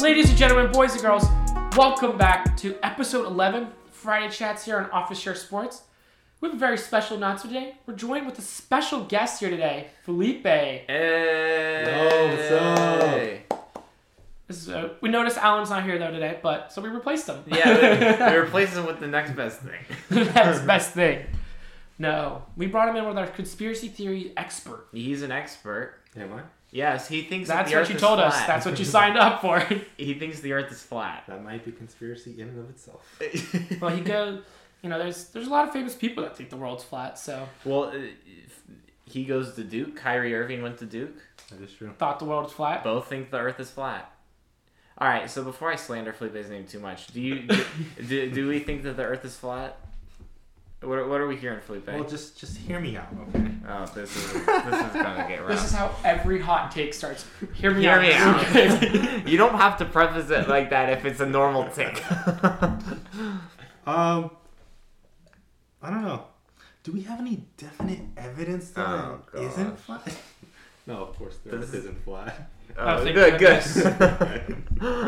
gentlemen, boys and girls, welcome back to episode 11, Friday Chats here on Office Share Sports. We have a very special announcement today. We're joined with a special guest here today, Felipe. This Hey. what's up? is, uh, we noticed Alan's not here though today, but so we replaced him. Yeah, we, we replace it with the next best thing. That's the best thing. No, we brought him in with our conspiracy theory expert. He's an expert. Am I? Yes, he thinks that That's the what Earth you is told us. flat. That's what you signed up for. he thinks the Earth is flat. That might be conspiracy in and of itself. well, he goes. You know, there's there's a lot of famous people that think the world's flat. So well, uh, if he goes to Duke. Kyrie Irving went to Duke. That is true. thought the world's flat. Both think the Earth is flat. All right. So before I slander Felipe's name too much, do you do, do, do we think that the Earth is flat? What are, what are we hearing, Felipe? Well, just just hear me out, okay? oh, this is this is gonna get rough. This is how every hot take starts. Hear me Hear out. me Okay. out. you don't have to preface it like that if it's a normal tick. Um, I don't know. Do we have any definite evidence that Oh, it isn't gosh. flat? no, of course the This Earth is- isn't flat. Oh, thank good, good. goodness.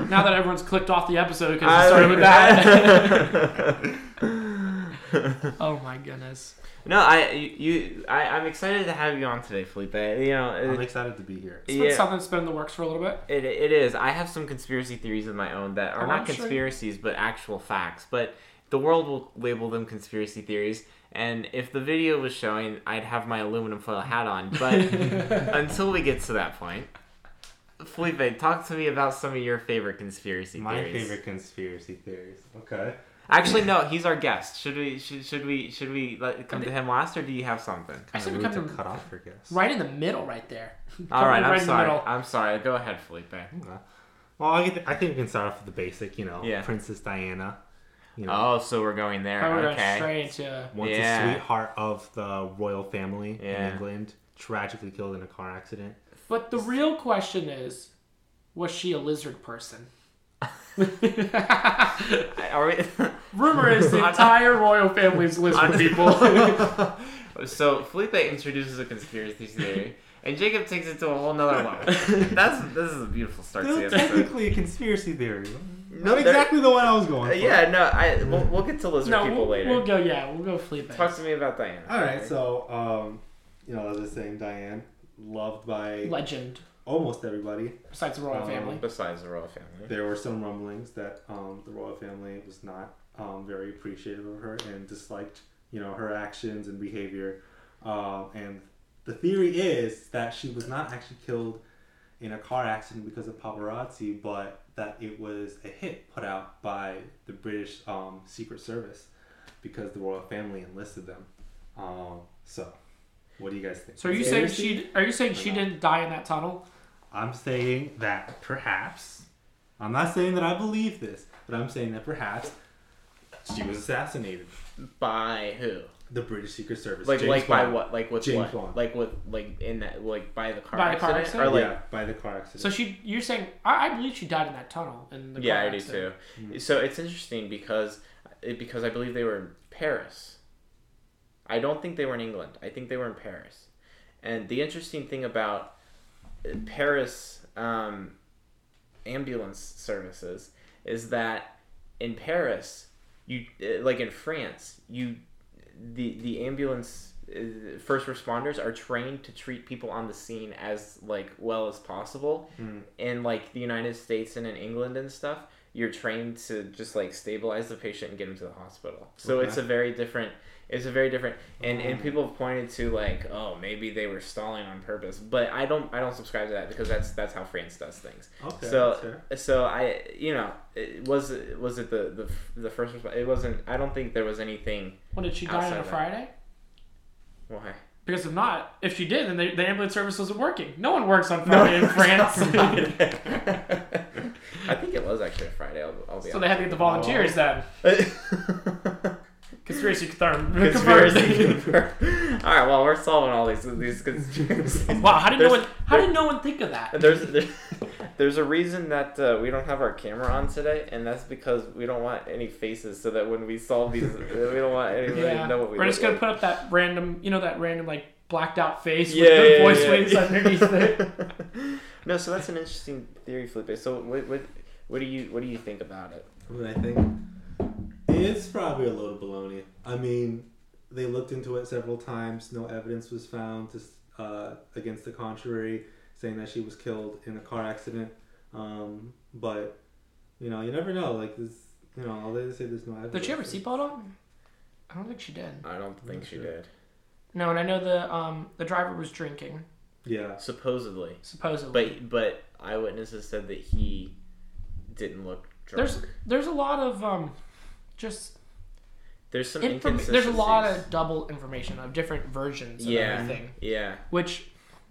now that everyone's clicked off the episode because I it started with that. that. oh my goodness. no, I you I, I'm excited to have you on today, Felipe. You know, I'm it, excited to be here. It's been Yeah. something that's been in the works for a little bit. it, it is. I have some conspiracy theories of my own that are Oh, not I'm sure you- conspiracies but actual facts. But the world will label them conspiracy theories. And if the video was showing, I'd have my aluminum foil hat on. But until we get to that point, Felipe, talk to me about some of your favorite conspiracy My theories. favorite conspiracy theories. Okay. Actually, no, he's our guest. Should we should should we should we let, come to him last, or do you have something? I Kind said of we rude come to to cut off, I guess. right in the middle, right there. All right, Come I'm in the sorry. middle. I'm sorry. Go ahead, Felipe. Okay. Well, I, get I think we can start off with the basic, you know, Yeah. Princess Diana. You know, Oh, so we're going there. Oh, we're going okay. straight into. once yeah. a sweetheart of the royal family Yeah. in England, tragically killed in a car accident. But the real question is, was she a lizard person? I- Are Rumor is the entire royal family's lizard people. we? so Felipe introduces a conspiracy theory, and Jacob takes it to a whole nother level. That's this is a beautiful start to the Still episode. technically a conspiracy theory. No, Not there- exactly the one I was going Uh, for. Yeah, no, I we'll, we'll get to lizard no, people we'll, later. we'll go. Yeah, we'll go Felipe. Talk to me about Diana. All right, so um, you know, as I was saying, Diane loved by Legend almost everybody. besides the Oh. royal Um, family. Besides the royal family. There were some rumblings that um, the royal family was not um, very appreciative of her and disliked, you know, her actions and behavior. Um, and the theory is that she was not actually killed in a car accident because of paparazzi, but that it was a hit put out by the British um, Secret Service because the royal family enlisted them. Um, so, what do you guys think? So are you saying she? Are you saying she didn't die in that tunnel? I'm saying that perhaps, I'm not saying that I believe this, but I'm saying that perhaps she was assassinated. By who? The British Secret Service. Like James like by Bond. what? Like with what? James Bond. Like with like in that like by the car By the car accident? accident? Or like yeah, by the car accident. So she? You're saying I, I believe she died in that tunnel. In the yeah, car I do too. accident. So it's interesting because it, because I believe they were in Paris. I don't think they were in England. I think they were in Paris. And the interesting thing about uh, Paris um, ambulance services is that in Paris, you uh, like in France, you the the ambulance uh, first responders are trained to treat people on the scene as like well as possible. In like the United States and in England and stuff, you're trained to just like stabilize the patient and get them to the hospital. So Okay. it's a very different. It's a very different, and, and people have pointed to like, oh, maybe they were stalling on purpose, but I don't I don't subscribe to that because that's that's how France does things. Okay, that's So fair. so I you know it was was it the the, the first resp- it wasn't I don't think there was anything When did she die on Outside a of that. Friday? why Because if not, if she did, then the, the ambulance service wasn't working. No one works on Friday in France. I think it was actually a Friday. I'll, I'll be so they had to get the volunteers then. honest. Conspiracy confirmed. conspiracy. Conspiracy. all right, well we're solving all these these conspiracies. wow, how did no There's- one? How did no one think of that? there's there's, there's a reason that uh, we don't have our camera on today, and that's because we don't want any faces, so that when we solve these, we don't want anybody Yeah, to know what we. we are just gonna look put up that random, you know, that random like blacked out face Yeah, with the yeah, voice yeah. waves underneath it. like. no, so that's an interesting theory, Felipe. So, what, what, What do you What do you think about it? I mean, I think it's probably a load of baloney. I mean, they looked into it several times. No evidence was found to, s- uh, against the contrary, saying that she was killed in a car accident. Um, but you know, you never know. Like this, you know, all they say there's no evidence. Did she have her seatbelt on? I don't think she did. I don't think not she sure. did. No, and I know the um the driver was drinking Yeah, Supposedly, supposedly. but but eyewitnesses said that he didn't look drunk. there's There's, there's a lot of um just some inform- inconsistencies. there's a lot of double information of different versions of yeah everything, yeah which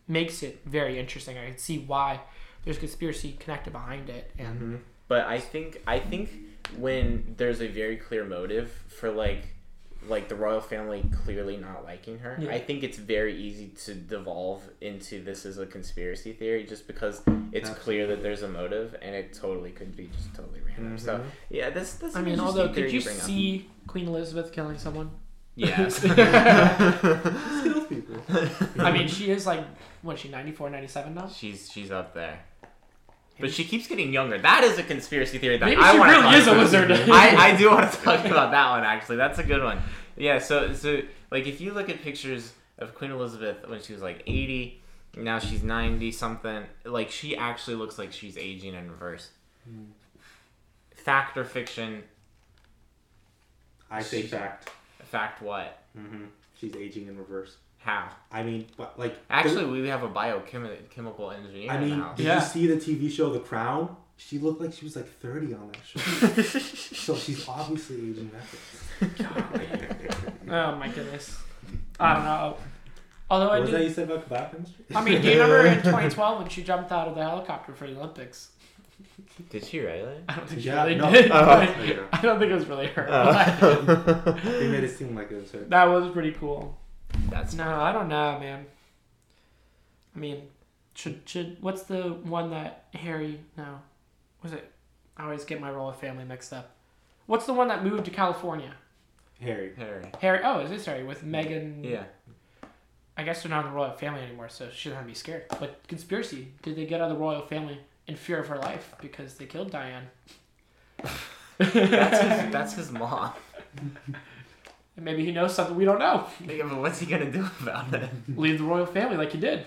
makes it very interesting. I can see why there's conspiracy connected behind it, and Mm-hmm. But I think I think when there's a very clear motive for like like the royal family clearly not liking her, Yeah. I think it's very easy to devolve into this is a conspiracy theory just because it's clear that there's a motive and it totally could be just totally random. So Mhm. yeah, that's that's. I an mean, interesting although theory could you bring up. see Queen Elizabeth killing someone? Yes. skills people. I mean, she is like what is she 94, 97 now. she's she's up there. But she keeps getting younger. That is a conspiracy theory that Maybe I she want really to is a wizard. I, I do want to talk about that one actually. That's a good one. Yeah, so so like if you look at pictures of Queen Elizabeth when she was like 80, now she's 90 something, like she actually looks like she's aging in reverse. Hmm. Fact or fiction? I say fact. Fact what? hmm She's aging in reverse. How? I mean, but like Actually, we have a biochemical engineer I in the mean, house. did Yeah. you see the TV show The Crown? She looked like she was like 30 on that show. so she's obviously aging rapidly. Oh my goodness, I don't know. Although what I was do, that you said about kebab chemistry? I mean, do you remember in 2012 when she jumped out of the helicopter for the Olympics? Did she really? I don't think she Yeah, really no. Uh-huh. did. Oh. but I don't think it was really her. They made it seem like it was her. that was pretty cool. That's No, I don't know, man. I mean, should should what's the one that Harry? No, was it? I always get my royal family mixed up. What's the one that moved to California? Harry. Harry. Harry. Oh, is this Harry with Megan? Yeah. I guess they're not in the royal family anymore, so she doesn't have to be scared. But conspiracy: Did they get out of the royal family in fear of her life because they killed Diane? That's his, that's his mom. And maybe he knows something we don't know. Yeah, but what's he gonna do about it? Leave the royal family like he did.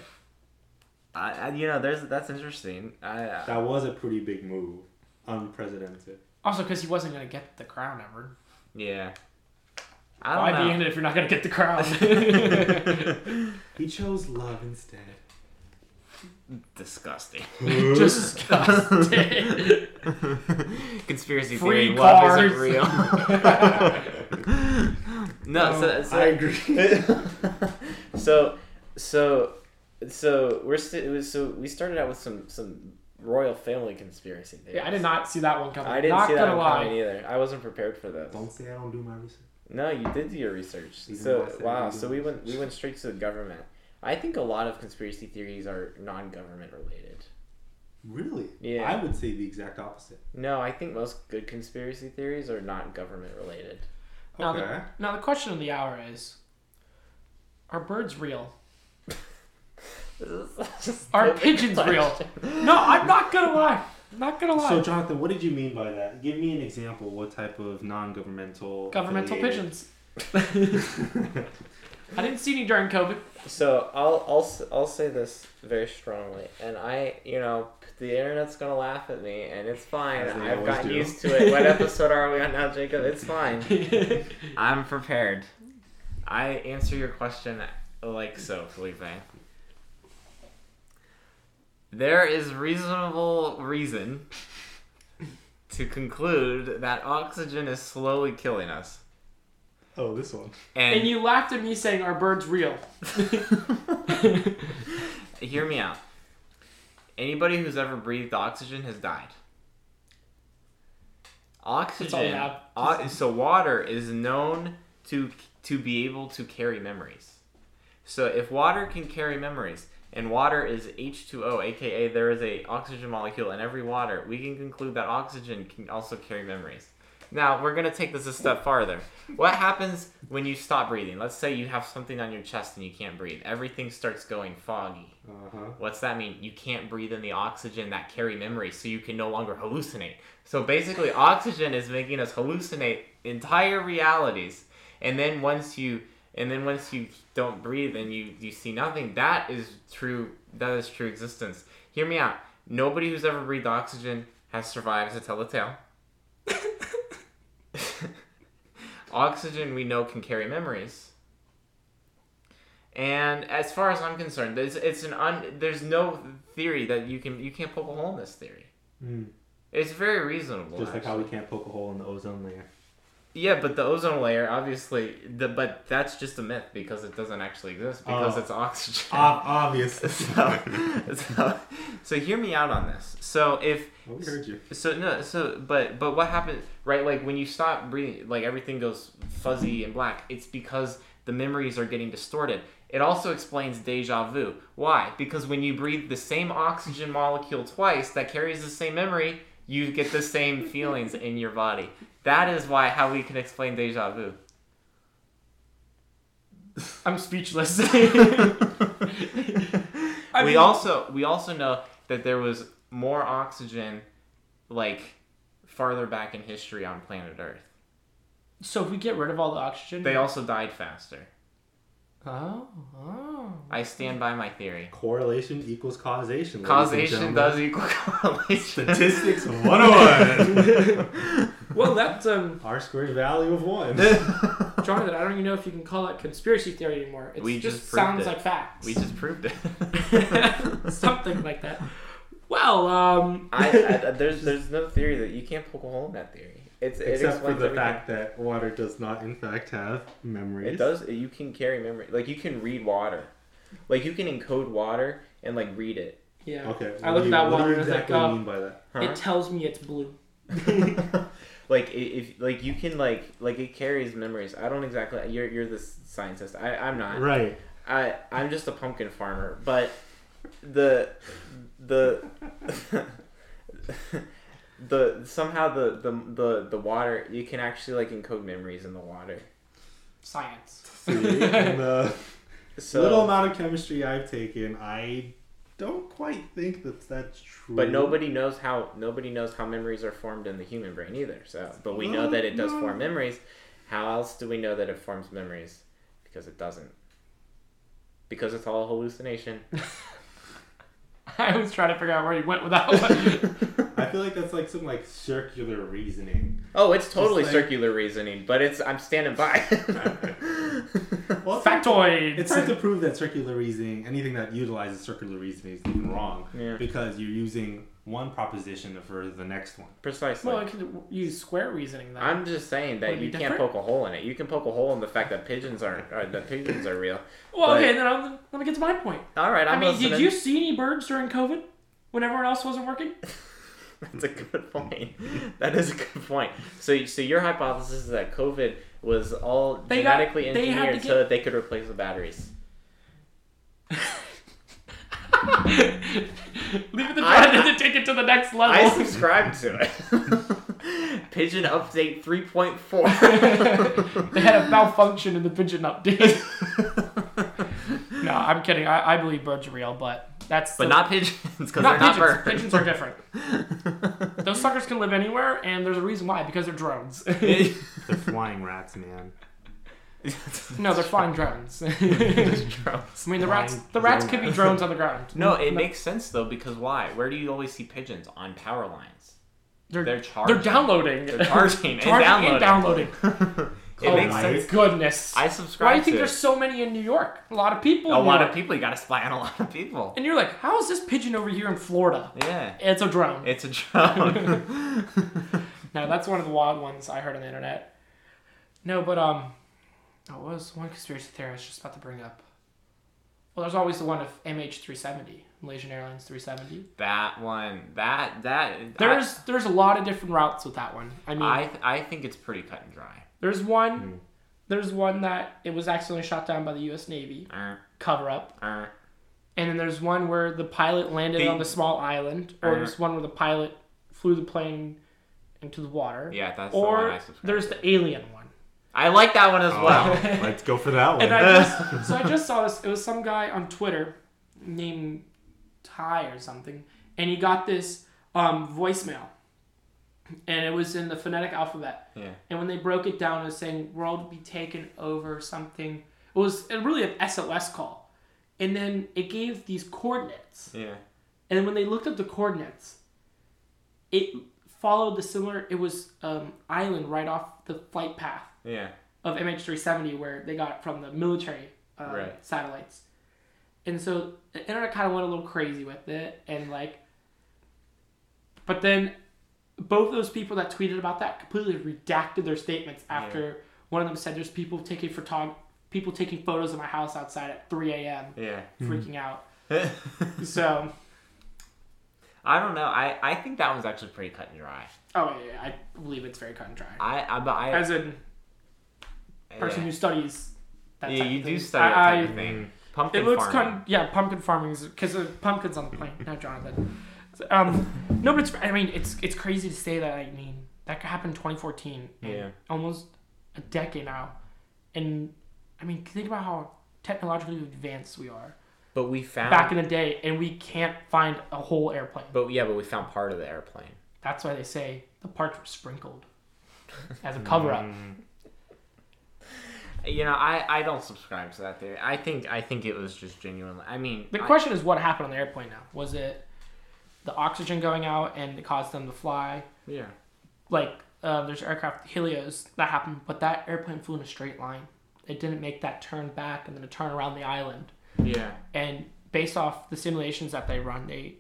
I, I you know, there's that's interesting. I, uh, I That was a pretty big move. Unprecedented. Also, because he wasn't gonna get the crown ever. yeah. Why I be don't in know. it if you're not gonna get the crown? He chose love instead. Disgusting. Just disgusting. Conspiracy Free theory. Love cars. isn't real. no, so, so I agree. so so so we're st- so we started out with some some royal family conspiracy theories. yeah, I did not see that one coming. I didn't not see that gonna one lie. coming either. I wasn't prepared for this. Don't say I don't do my research. No, you did do your research. Even though I so said I wow, didn't do so my we went research. we went straight to the government. I think a lot of conspiracy theories are non-government related. Really? Yeah. I would say the exact opposite. No, I think most good conspiracy theories are not government related. Now, Okay. the, now the question of the hour is: Are birds real? Are pigeons real? No, I'm not gonna lie. I'm not gonna lie. So, Jonathan, what did you mean by that? Give me an example. What type of non-governmental Governmental affiliated- pigeons. I didn't see any during COVID. So I'll I'll s- I'll say this very strongly, and I you know the internet's gonna laugh at me, and it's fine. As they I've always gotten do. used to it. What episode are we on now, Jacob? It's fine. I'm prepared. I answer your question like so, Felipe. There is reasonable reason to conclude that oxygen is slowly killing us. Oh, this one. and you laughed at me saying, "Are birds real?" Hear me out. Anybody who's ever breathed oxygen has died. I Oxygen. have. o- so water is known to to be able to carry memories. So if water can carry memories and water is H2O, aka there is a oxygen molecule in every water, we can conclude that oxygen can also carry memories. Now we're gonna take this a step farther. What happens when you stop breathing? Let's say you have something on your chest and you can't breathe. Everything starts going foggy. Uh huh. What's that mean? You can't breathe in the oxygen that carry memory, so you can no longer hallucinate. So basically, oxygen is making us hallucinate entire realities. And then once you and then once you don't breathe and you you see nothing, that is true. That is true existence. Hear me out. Nobody who's ever breathed oxygen has survived to tell the tale. oxygen we know can carry memories. And as far as I'm concerned, there's it's an un, there's no theory that you can you can't poke a hole in this theory. Mm. It's very reasonable. Just like how actually. we can't poke a hole in the ozone layer. yeah, but the ozone layer obviously the but that's just a myth because it doesn't actually exist because Oh. it's oxygen. Ob- obvious. so, so, so hear me out on this. So if Well, Oh, we heard you. so no so but but what happens right like when you stop breathing like everything goes fuzzy and black it's because the memories are getting distorted it also explains deja vu why because when you breathe the same oxygen molecule twice that carries the same memory you get the same feelings in your body that is why how we can explain deja vu I'm speechless. I we mean- also we also know that there was more oxygen like farther back in history on planet earth so if we get rid of all the oxygen, They also died faster. Oh, oh. I stand by my theory. Correlation equals causation. ladies Causation and gentlemen. does equal correlation. Statistics 101. Well, that's um, R squared value of one. Jonathan. I don't even know if you can call that conspiracy theory anymore. It We just, just proved sounds it. like facts. we just proved it. Something like that. Well, um, I, I, there's there's no theory that you can't poke a hole in that theory. It's it Except for explains the everything. fact that water does not, in fact, have memories. it does. You can carry memory. Like you can read water. Like you can encode water and like read it. yeah. Okay. I what looked do at you- that what do water you and I was like, exactly oh, mean by that? Huh? it tells me it's blue. like i- if like you can like like it carries memories. I don't exactly. You're you're the s- scientist. I I'm not. Right. I I'm just a pumpkin farmer, but the the the somehow the, the the the water you can actually like encode memories in the water. Science. See, in the So little amount of chemistry I've taken, I don't quite think that that's true. but nobody knows how nobody knows how memories are formed in the human brain either. So but we know that it does No. form memories. How else do we know that it forms memories? Because it doesn't. Because it's all a hallucination. I was trying to figure out where you went with that one. I feel like that's like some like circular reasoning. Oh, it's totally like- circular reasoning, but it's I'm standing by. Well, it's hard to- Factoid. It's hard to prove that circular reasoning, anything that utilizes circular reasoning, is even wrong Yeah. because you're using one proposition to further the next one. Precisely. Well, I could use square reasoning then. I'm just saying that Would it be you can't different? poke a hole in it. You can poke a hole in the fact that pigeons aren't, or that pigeons are real. well, but- okay, then I'll, let me get to my point. All right, I I'm mean, did listening. you see any birds during COVID when everyone else wasn't working? That's a good point. That is a good point. So, so your hypothesis is that COVID was all They got- genetically they had to engineered so get- that they could replace the batteries. Leave it to I- Jonathan to take it to the next level. I subscribe to it. Pigeon update 3.4. they had a malfunction in the pigeon update. no, I'm kidding. I, I believe birds are real, but that's but the- not pigeons because they're not not pigeons. Pigeons birds. are different. Those suckers can live anywhere, and there's a reason why because they're drones. They're flying rats, man. no, they're flying drones. I mean, the rats. The rats could be drones on the ground. No, it makes sense though because why? Where do you always see pigeons on power lines? They're They're they're, charging. downloading. They're charging and Charging and downloading. downloading. It oh makes my sense. goodness. I subscribe. Why do you think to there's it. so many in New York? A lot of people. a in New lot York. of people? You got to spy on a lot of people. And you're like, how is this pigeon over here in Florida? Yeah, It's a drone. it's a drone. No, that's one of the wild ones I heard on the internet. No, but um, oh, what was one conspiracy theory I was just about to bring up? Well, there's always the one of MH370, Malaysian Airlines 370. that one. That that. There's there's a lot of different routes with that one. I mean, I, I I think it's pretty cut and dry. there's one, there's one that it was accidentally shot down by the U.S. Navy Uh, cover up, uh, and then there's one where the pilot landed The- on the small island, or Uh-huh. there's one where the pilot flew the plane into the water. Yeah, that's the one or I subscribe. there's to. the alien one. I like that one as Oh, well. let's go for that one. And I just so I just saw this. It was some guy on Twitter named Ty or something, and he got this um, voicemail, and it was in the phonetic alphabet. Yeah. And when they broke it down, it was saying "world be taken over" something. It was a- really an SOS call, and then it gave these coordinates. Yeah. And when they looked up the coordinates, it followed the similar. It was um, island right off the flight path Yeah. of MH370 where they got it from the military uh, Right. satellites. And so the internet kind of went a little crazy with it and like but then both those people that tweeted about that completely redacted their statements after one of them said there's people taking photog- people taking photos of my house outside at 3 a.m. Yeah. freaking out. So, I don't know. I, I think that one's actually pretty cut and dry. oh yeah, I believe it's very cut and dry. I I but I As a person yeah. who studies that yeah, type you of do thing, study that I- type of thing. Pumpkin it looks farming. kind of, yeah, pumpkin farming is because of pumpkins on the plane. No, Jonathan. So, Um, no, but it's I mean it's it's crazy to say that. I mean that happened in 2014. and Yeah. almost a decade now, and I mean think about how technologically advanced we are but we found back in the day, and we can't find a whole airplane. but yeah, but we found part of the airplane. That's why they say the parts were sprinkled as a cover up. Mm. You know, I, I don't subscribe to that theory. I think I think it was just genuinely. I mean, The I- question is what happened on the airplane. Now was it the oxygen going out and it caused them to fly? yeah, like uh, there's aircraft helios that happened, but that airplane flew in a straight line. It didn't make that turn back and then a turn around the island. yeah, And based off the simulations that they run, they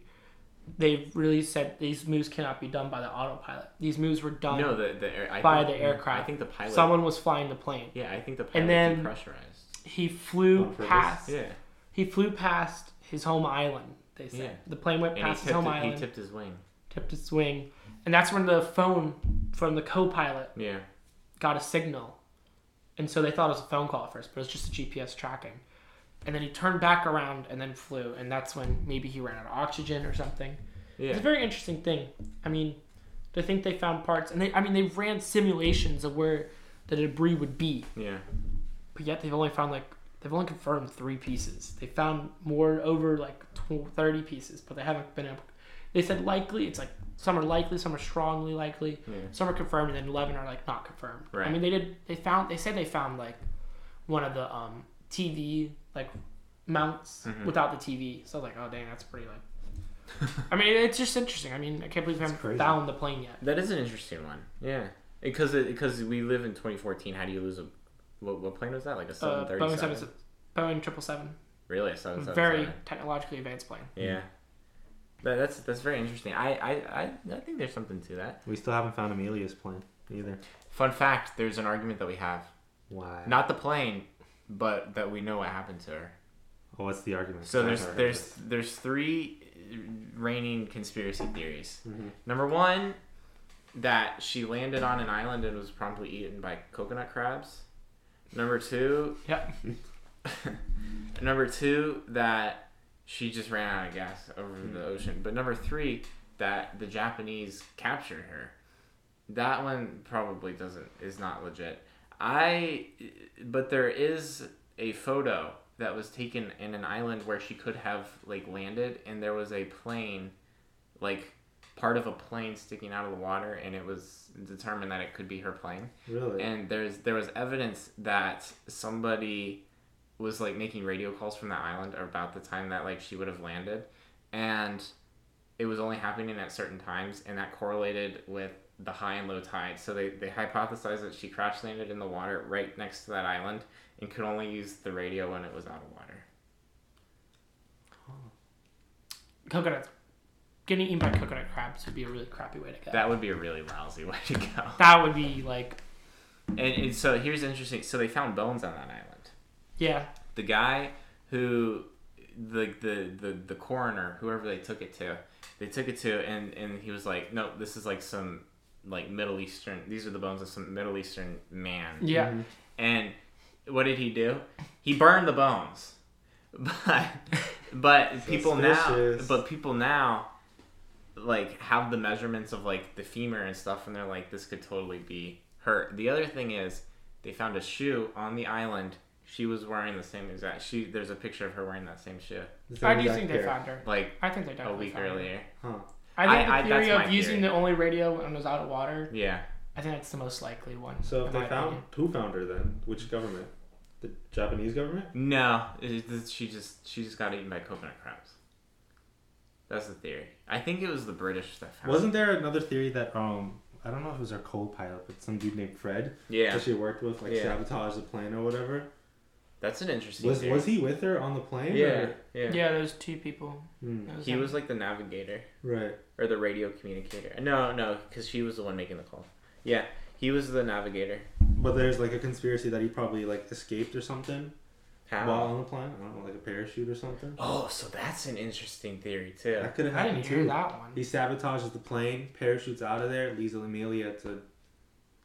they've really said these moves cannot be done by the autopilot. These moves were done. no, the the air, I By think- the aircraft. I think the pilot. Someone was flying the plane. yeah, I think the pilot then- depressurized. He flew On purpose? past. Yeah, He flew past his home island. They said Yeah. the plane went and he past his tipped, home it- island, he tipped his wing. tipped its wing, and that's when the phone from the co-pilot Yeah, got a signal. And so they thought it was a phone call at first, but it was just a GPS tracking. And then he turned back around and then flew. And that's when maybe he ran out of oxygen or something. It's yeah, a very interesting thing. I mean, to think they found parts. And they, I mean, they ran simulations of where the debris would be. yeah. But yet they've only found like, they've only confirmed three pieces. They found more over like tw- 30 pieces, but they haven't been able. They said likely. It's like some are likely, some are strongly likely yeah. some are confirmed and then 11 are like not confirmed Right. i mean they did they found they said they found like one of the um tv like mounts Mhm. without the tv so i was like oh dang that's pretty like i mean it's just interesting i mean i can't believe we haven't crazy. found the plane yet That is an interesting one. Yeah, because because we live in 2014. How do you lose a what, what plane was that? Like a uh, seven boeing thirty 7 seven? boeing 777 Really, a seven very technologically advanced plane Yeah, that, that's that's very interesting. I, I I I think there's something to that. we still haven't found Amelia's plane either. Fun fact: There's an argument that we have, Why? not the plane, but that we know what happened to her. Oh, what's the argument? So I've there's never heard there's this. there's three reigning conspiracy theories. Mhm. Number one, that she landed on an island and was promptly eaten by coconut crabs. Number two, yep number two that she just ran out of gas over Mm-hmm. the ocean. But number three, that the Japanese captured her. That one probably doesn't is not legit. I but there is a photo that was taken in an island where she could have like landed and there was a plane like part of a plane sticking out of the water and it was determined that it could be her plane really and there's there was evidence that somebody was like making radio calls from the island about the time that like she would have landed and it was only happening at certain times and that correlated with the high and low tide so they, they hypothesized that she crash landed in the water right next to that island and could only use the radio when it was out of water coconuts getting eaten by coconut crabs would be a really crappy way to go that, that would be a really lousy way to go would be like and, and so here's interesting so they found bones on that island yeah the guy who the, the the the coroner whoever they took it to they took it to and and he was like no this is like some like middle eastern these are the bones of some middle eastern man yeah and what did he do he burned the bones but but people now Suspicious. but people now like have the measurements of like the femur and stuff, and they're like, this could totally be her. The other thing is, they found a shoe on the island. She was wearing the same exact. She there's a picture of her wearing that same shoe, I do think they found her. like I think they a definitely week found her. earlier. Huh. I think I- I- the that's theory of my using theory. the only radio when it was out of water. Yeah, I think that's the most likely one. So in if they my found opinion. who found her then? Which government? The Japanese government? no, it, it- she just she just got eaten by coconut crabs. That's the theory. I think it was the British that found. Wasn't there another theory that um I don't know if it was our co-pilot, but some dude named Fred Yeah, that she worked with like Yeah. sabotaged the plane or whatever. that's an interesting. Was theory. was he with her on the plane? Yeah, or- yeah. Yeah, there's two people. Hmm, It He him. was like the navigator. right. or the radio communicator. No, no, because she was the one making the call. Yeah, he was the navigator. But there's like a conspiracy that he probably like escaped or something How? while on the plane. I don't know, like a parachute or something. oh, so that's an interesting theory too. That could have I happened didn't hear too. that one. He sabotages the plane, parachutes out of there, leaves Amelia to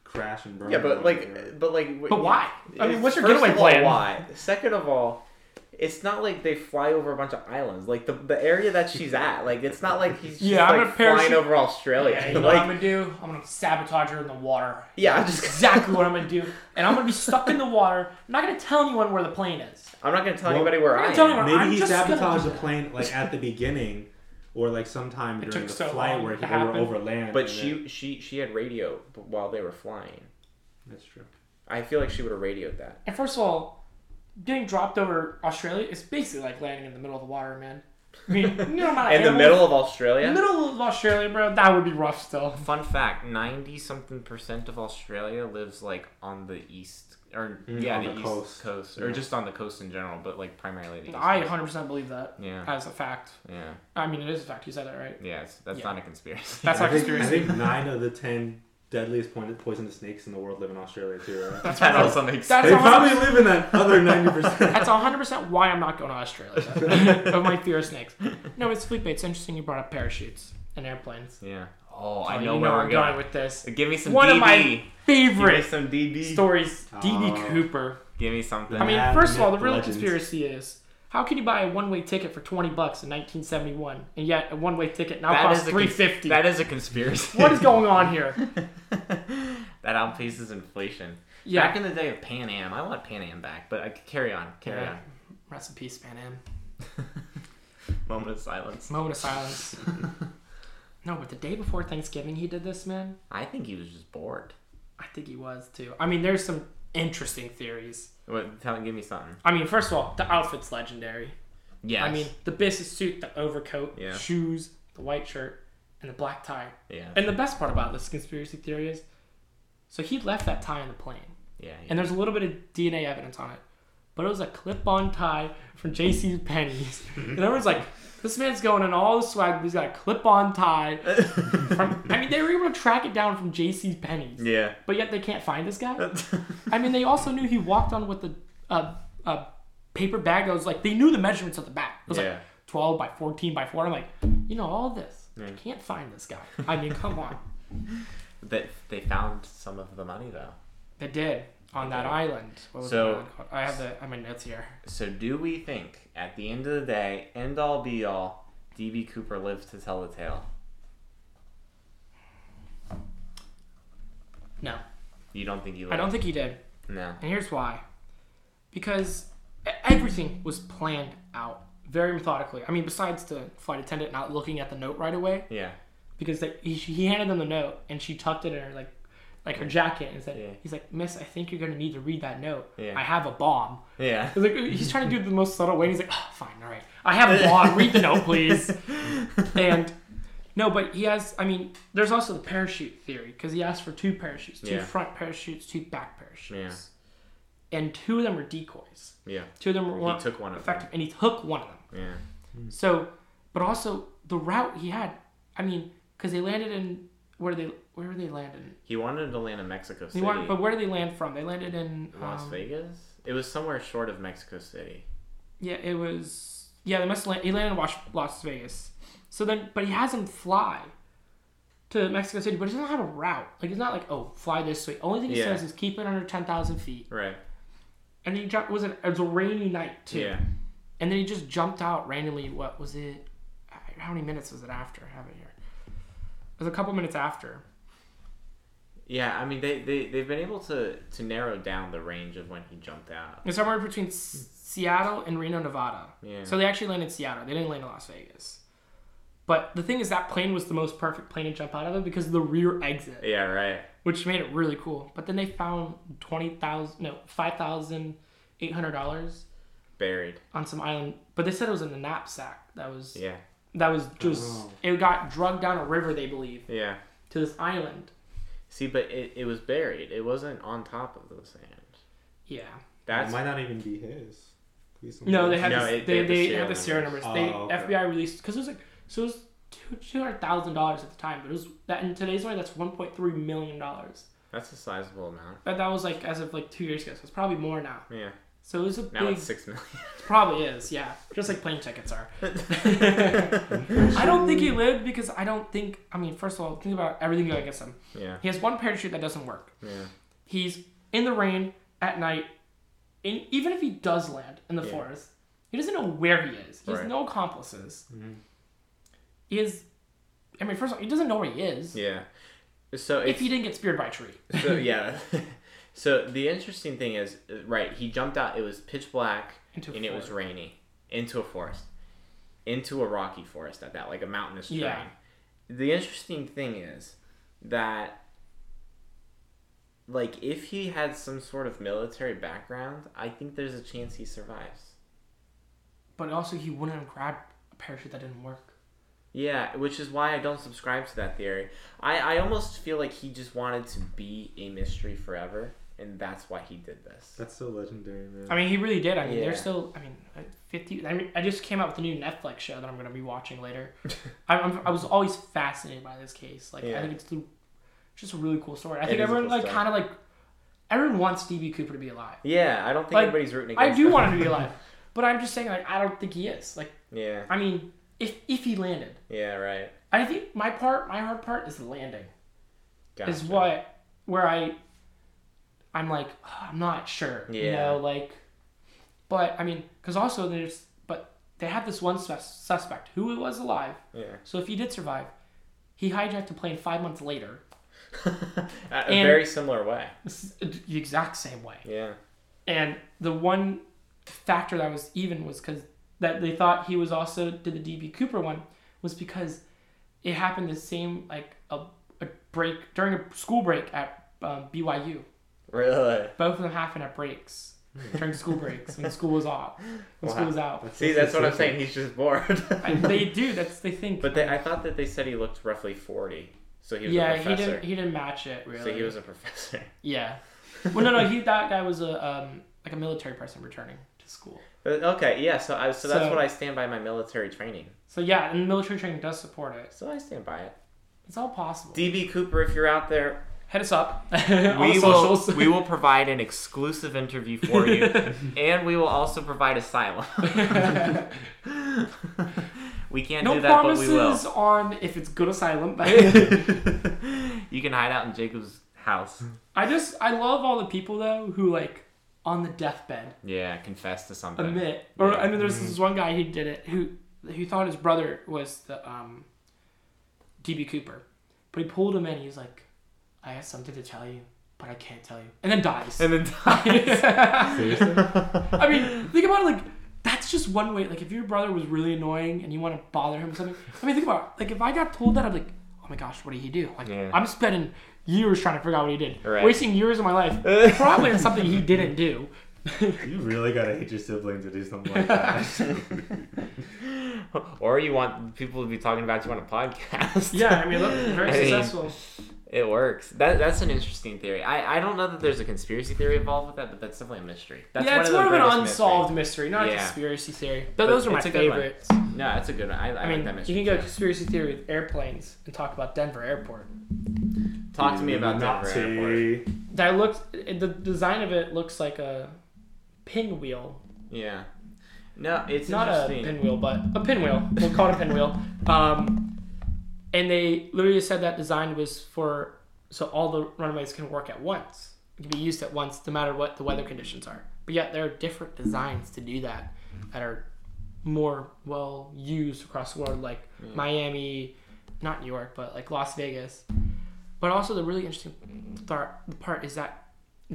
crash and burn. Yeah, or but whatever. like, but like, w- But why? I mean, it's- what's your first getaway of all, plan? Why? Second of all, it's not like they fly over a bunch of islands. Like the, the area that she's at, like it's not like he's just Yeah, I'm like a parachute- flying over Australia. Yeah, you Yeah, know what I'm like, gonna do? I'm gonna sabotage her in the water. yeah, I'm That's just exactly what I'm gonna do. And I'm gonna be stuck in the water. I'm not gonna tell anyone where the plane is. I'm not gonna tell Well, anybody where I'm I not am. telling anyone. Maybe I'm he just gonna sabotaged do the that. plane like at the beginning, or like sometime It during the took so flight long where to they were happen. over land. But and then- she she she had radio while they were flying. that's true. I feel like she would have radioed that. And first of all, getting dropped over Australia is basically like landing in the middle of the water, man. I mean, you know, my In the middle of Australia. middle of Australia, bro. That would be rough still. Fun fact: ninety something percent of Australia lives like on the east, or Mm, yeah, on the, the east coast, coast. or Yeah. just on the coast in general, but like primarily the east. I coast. 100% believe that yeah, as a fact. yeah, I mean, it is a fact. You said that right. yeah. It's, that's Yeah. not a conspiracy. That's I not think, I conspiracy. think nine of the ten deadliest poison- poisonous snakes in the world live in Australia too. Right? That's that what- also makes That's they a hundred- probably live in that other ninety percent. That's 100% why I'm not going to Australia of my fear of snakes. No, it's Felipe. It's interesting you brought up parachutes and airplanes. yeah. Oh, Oh, I know you where know we're I'm going. with this. Give me some One DB. of my Give me favorite some DB. stories, DB Oh. Cooper. Give me something. I mean, Mad first of all, the myth real legends. conspiracy is how can you buy a one-way ticket for twenty bucks in 1971, and yet a one-way ticket now That is costs a three cons- fifty? That is a conspiracy. What is going on here? that outpaces inflation. Yeah. Back in the day of Pan Am, I want Pan Am back, but I carry on, carry Yeah. Rest in peace, Pan Am. on. Moment of silence. Moment of silence. no, but the day before Thanksgiving, he did this, man. I think he was just bored. I think he was too. I mean, there's some interesting theories. What, tell, give me something. I mean, first of all, the outfit's legendary. Yes. I mean, the business suit, the overcoat, Yeah. shoes, the white shirt, and the black tie. yeah, And the best part about this conspiracy theory is, so he left that tie in the plane, yeah. and there's a little bit of DNA evidence on it, but it was a clip-on tie from J.C. Penney's, and everyone's like, this man's going in all the swag, but he's got a clip-on tie. From, I mean, they were able to track it down from J.C. Penney's, yeah. but yet they can't find this guy. I mean, they also knew he walked on with a, a, a paper bag that was like, they knew the measurements of the back. It was Yeah. like 12 by 14 by 4. I'm like, you know, all this. I can't find this guy. I mean, come on. That they found some of the money though. They did on that island. What was So- the island called? I have the I have my notes here. So do we think at the end of the day, end all be all, DB Cooper lived to tell the tale? No, You don't think he lived? I don't think he did, No. and here's why: because e- everything was planned out very methodically. I mean, besides the flight attendant not looking at the note right away, Yeah. because they, he, he handed them the note and she tucked it in her like like her jacket and said, Yeah. "He's like, Miss, I think you're gonna need to read that note. Yeah. I have a bomb." Yeah. He's like he's trying to do it the most subtle way. And he's like, oh, fine, all right. I have a blog. Read the note, please. And no, but he has. I mean, there's also the parachute theory because he asked for two parachutes, two Yeah. front parachutes, two back parachutes, and two of them were decoys. Yeah. Two of them were He weren't took Hmm. one of them. effective, and he took one of them. Yeah. So, but also the route he had. I mean, because they landed in where they where were they landed? He wanted to land in Mexico They City. wanted, but where did they land from? They landed in Las um, Vegas? It was somewhere short of Mexico City. Yeah, it was. Yeah, they must land. He landed in Wash- Las Vegas. So then, but he has him fly to Mexico City, but he doesn't have a route. Like, it's not like, oh, fly this way. Only thing he Yeah. says is keep it under 10,000 feet. Right. And he jumped, was it, it was a rainy night, too. Yeah. And then he just jumped out randomly. What was it? How many minutes was it after? I have it here. was a couple minutes after. Yeah, I mean they they they've been able to to narrow down the range of when he jumped out. It's somewhere between S- Seattle and Reno, Nevada. Yeah. So they actually landed in Seattle. They didn't land in Las Vegas. But the thing is, that plane was the most perfect plane to jump out of it because of the rear exit, yeah, right. which made it really cool. But then they found twenty thousand, no, five thousand eight hundred dollars Buried. on some island. But they said it was in a knapsack. That was Yeah. that was just Oh. it got drugged down a river, they believe, Yeah. to this island. See, but it, it was buried. It wasn't on top of the sand. Yeah. That's it might not even be his. Could be someone No, they else's. had No, this, it- they, they they, had the had the serial serial numbers. Oh, they okay. FBI released because it was like so it was two two hundred thousand dollars at the time, but it was that in today's money that's one point three million dollars. that's a sizable amount. That that was like as of like two years ago, so it's probably more now. Yeah. So it was a Now big. it's six million. Probably is, yeah. Just like plane tickets are. I don't think he lived because I don't think. I mean, first of all, think about everything going against him. Yeah. He has one parachute that doesn't work. Yeah. He's in the rain at night. And even if he does land in the Yeah. forest, he doesn't know where he is. He has Right. no accomplices. He is. I mean, first of all, he doesn't know where he is. Yeah. So If it's he didn't get speared by a tree. so yeah. so the interesting thing is, uh, right? He jumped out. It was pitch black, Into a and it was forest. rainy. Into a forest, into a rocky forest at that, like a mountainous terrain. Yeah. The interesting thing is that, like, if he had some sort of military background, I think there's a chance he survives. But also, he wouldn't have grabbed a parachute that didn't work. Yeah, which is why I don't subscribe to that theory. I, I almost feel like he just wanted to be a mystery forever, and that's why he did this. That's so legendary, man. I mean, he really did. I mean, Yeah. they're still. I mean, uh, fifty. I mean, I just came out with a new Netflix show that I'm gonna be watching later. I, I'm, I was always fascinated by this case. Like, I Yeah. think it's the- just a really cool story. I think is a everyone cool like story. kind of like everyone wants DB Cooper to be alive. Yeah, I don't think Like, anybody's rooting I against. do him. want him to be alive, but I'm just saying like I don't think he is. Like, Yeah, I mean, if if he landed, yeah, right. I think my part, my hard part is the landing. Gotcha. Is what where I, I'm like "Ugh, I'm not sure. You Yeah. know, like, but I mean, because also there's but they have this one sus- suspect who was alive. Yeah. So if he did survive, he hijacked a plane five months later, A- a And- very similar way. This is the exact same way. Yeah. And the one factor that was even was because that they thought he was also did the DB Cooper one was because it happened the same like a, a break during a school break at um, BYU. Really. Both of them happened at breaks during school breaks when school was off when school Wow. was out. so See, that's what I'm specific. saying. He's just bored. I, they do. That's they think. but they, I thought that they said he looked roughly forty, so he was yeah, a he professor. didn't. He didn't match it really. So he was a professor. Yeah. Well, no, no. He that guy was a um like a military person returning to school. But, okay. Yeah. So I, so that's So- what I stand by my military training. So yeah, and military training does support it. So I stand by it. It's all possible. DB Cooper, if you're out there, Hit us up on we the will, socials. we will provide an exclusive interview for you, and we will also provide asylum. we can't no do that, but promises we will. on if it's good asylum. you can hide out in Jacob's house. I just I love all the people though who like on the deathbed Yeah, confess to something. admit or I Yeah. mean there's this one guy who did it who who thought his brother was the um DB Cooper, but he pulled him in. He was like, I have something to tell you, but I can't tell you, and then dies. And then dies. I mean, think about it like that's just one way. Like if your brother was really annoying and you want to bother him or something, I mean, think about it. Like if I got told that, I'm like, oh my gosh, what did he do? Like Yeah. I'm spending years trying to figure out what he did, Right. wasting years of my liing. Probably on something he didn't do. You really gotta hate your sibling to do something like that. or you want people to be talking about you on a podcast. Yeah, I mean, look, very I mean- successful. It works. That that's an interesting theory. I, I don't know that there's a conspiracy theory involved with that, but that's definitely a mystery. That's yeah, one it's of the more of an greatest unsolved mystery, not a Yeah. conspiracy theory. Though But those are my it's a good one. favorites. mysteries. No, that's a good one. I, I, I mean, like that you mystery. can go too. conspiracy theory with airplanes and talk about Denver Airport. talk to me about Denver Nazi. Airport. That looks the design of it looks like a pinwheel Yeah. No, it's not a interesting. pinwheel, but a pinwheel. We'll call it a pinwheel. Um, and they literally said that design was for so all the runaways can work at once, It can be used at once, no matter what the weather conditions are. But yet there are different designs to do that that are more well used across the world, like Miami, not New York, but like Las Vegas. But also the really interesting thought, part is that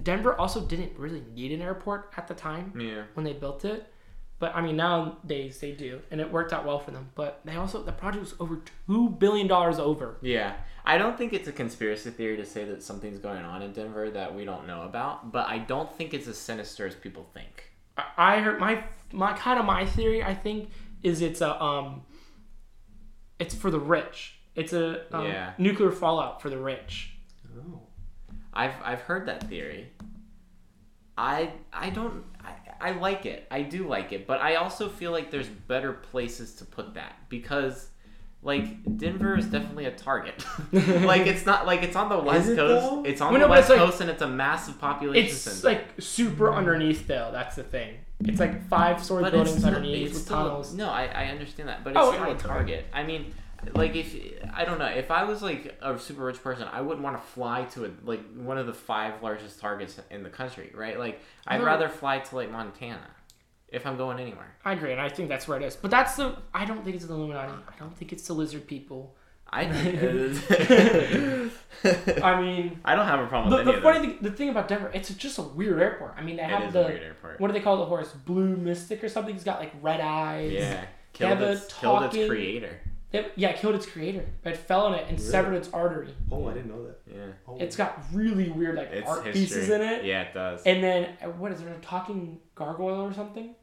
Denver also didn't really need an airport at the time Yeah. when they built it. But I mean, nowadays they do, and it worked out well for them. But they also the project was over two billion dollars over. Yeah. I don't think it's a conspiracy theory to say that something's going on in Denver that we don't know about, but I don't think it's as sinister as people think. I, I heard my my kind of my theory. I think is it's a um, it's for the rich. It's a um, Yeah. nuclear fallout for the rich. Oh. I've I've heard that theory. I I don't I, I like it. I do like it, but I also feel like there's better places to put that because like Denver is definitely a target. like it's not like it's on the west it, coast. though? It's on Well, no, the but west it's like- coast and it's a massive population It's center. like super underneath though. That's the thing. It's like five story but buildings it's still, underneath it's with still- tunnels. No, I, I understand that, but it's Oh, still yeah, a it's fine. target. I mean, like if I don't know, if I was like a super rich person, I wouldn't want to fly to a, like one of the five largest targets in the country, right? Like I'd No. rather fly to like Montana if I'm going anywhere. I agree, and I think that's where it is. But that's the. I don't think it's the Illuminati. I don't think it's the lizard people. I I I mean, don't have a problem the, with the any of funny thing, the thing about Denver, it's just a weird airport. I mean, they that. It have is the a weird airport. what do they call the horse? Blue Mystic or something. He's got like red eyes. Yeah, They killed have a its, killed its talking- creator. They- yeah, it killed its creator, but it fell on it and Really? severed its artery. Oh, I didn't know that. Yeah, Oh. It's got really weird like it's art history. pieces in it. Yeah, it does. And then uh, what is there a talking gargoyle or something?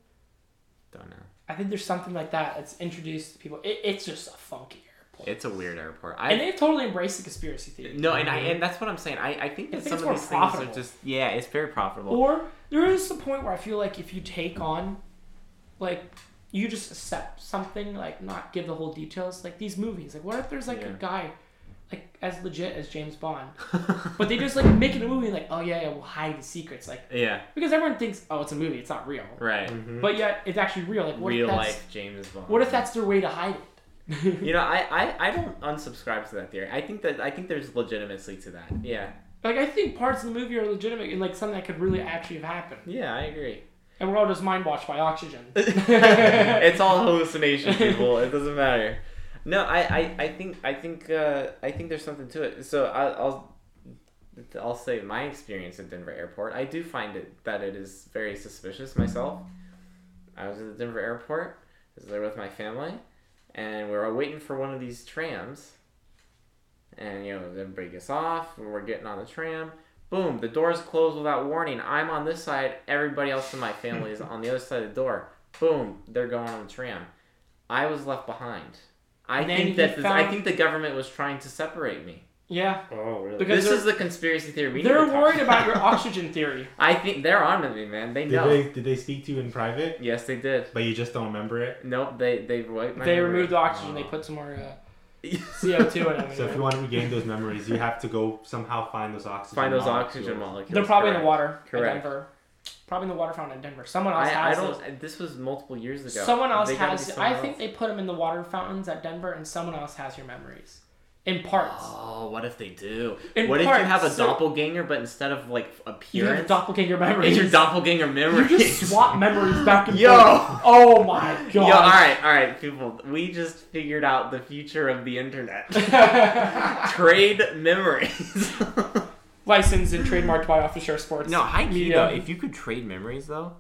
don't know. I think there's something like that that's introduced to people. It, it's just a funky airport. It's a weird airport. I and they've totally embraced the conspiracy theory. No, and I and that's what I'm saying. I, I think I think that some it's of more these profitable. things are just yeah, it's very profitable. Or there is a point where I feel like if you take on, like, you just accept something, like, not give the whole details, like these movies. Like, what if there's like a Yeah. guy, like, as legit as James Bond, but they just like make it a movie, like, oh yeah, yeah, we'll hide the secrets, like, yeah, because everyone thinks, oh, it's a movie, it's not real, right. Mhm. but yet it's actually real. Like, what Mm-hmm. Real if that's life James Bond. what if that's their way to hide it? You know, I, I I don't unsubscribe to that theory. I think that I think there's legitimacy to that. Yeah, like, I think parts of the movie are legitimate and like something that could really actually have happened, yeah, I agree. and we're all just mind washed by oxygen. it's all hallucination, people. It doesn't matter. No, I, I, I think I think uh, I think there's something to it. So I, I'll I'll say my experience at Denver Airport. I do find it that it is very suspicious myself. I was at the Denver Airport. I was there with my family, and we were waiting for one of these trams. And you know, everybody gets off, and we're getting on the tram. Boom, the doors close without warning. I'm on this side, everybody else in my family is on the other side of the door. Boom, they're going on the tram. I was left behind. I And then you think that this, I found- think the government was trying to separate me. yeah, Oh, really? Because- This they're- is the conspiracy theory. We need they're to talk worried about your oxygen theory. I think they're on to me, man. They did know. they did they speak to you in private? Yes, they did. But you just don't remember it. Nope, they they wiped my they memory. removed the oxygen. They Oh. put some more uh, the CO2 in it. So if you want to regain those memories, you have to go somehow find those oxygen. Find those molecules. oxygen molecules. They're probably in the Correct. water Correct. in Denver. Probably in the water fountain in Denver. Someone else I, I has don't. those. I- This was multiple years ago. Someone else They gotta be has. I someone think else. they put them in the water fountains at Denver, and someone else has your memories, in parts. Oh, what if they do? In what if parts, you have a so- doppelganger, but instead of like you have appearance, doppelganger memories. it's your doppelganger memory. You just swap memories back and Yo. forth. Oh my god. Yo, all right, all right, people. We just figured out the future of the internet. Trade memories. Licensed and trademarked by Office Share Sports. No, high key Media. though. If you could trade memories though,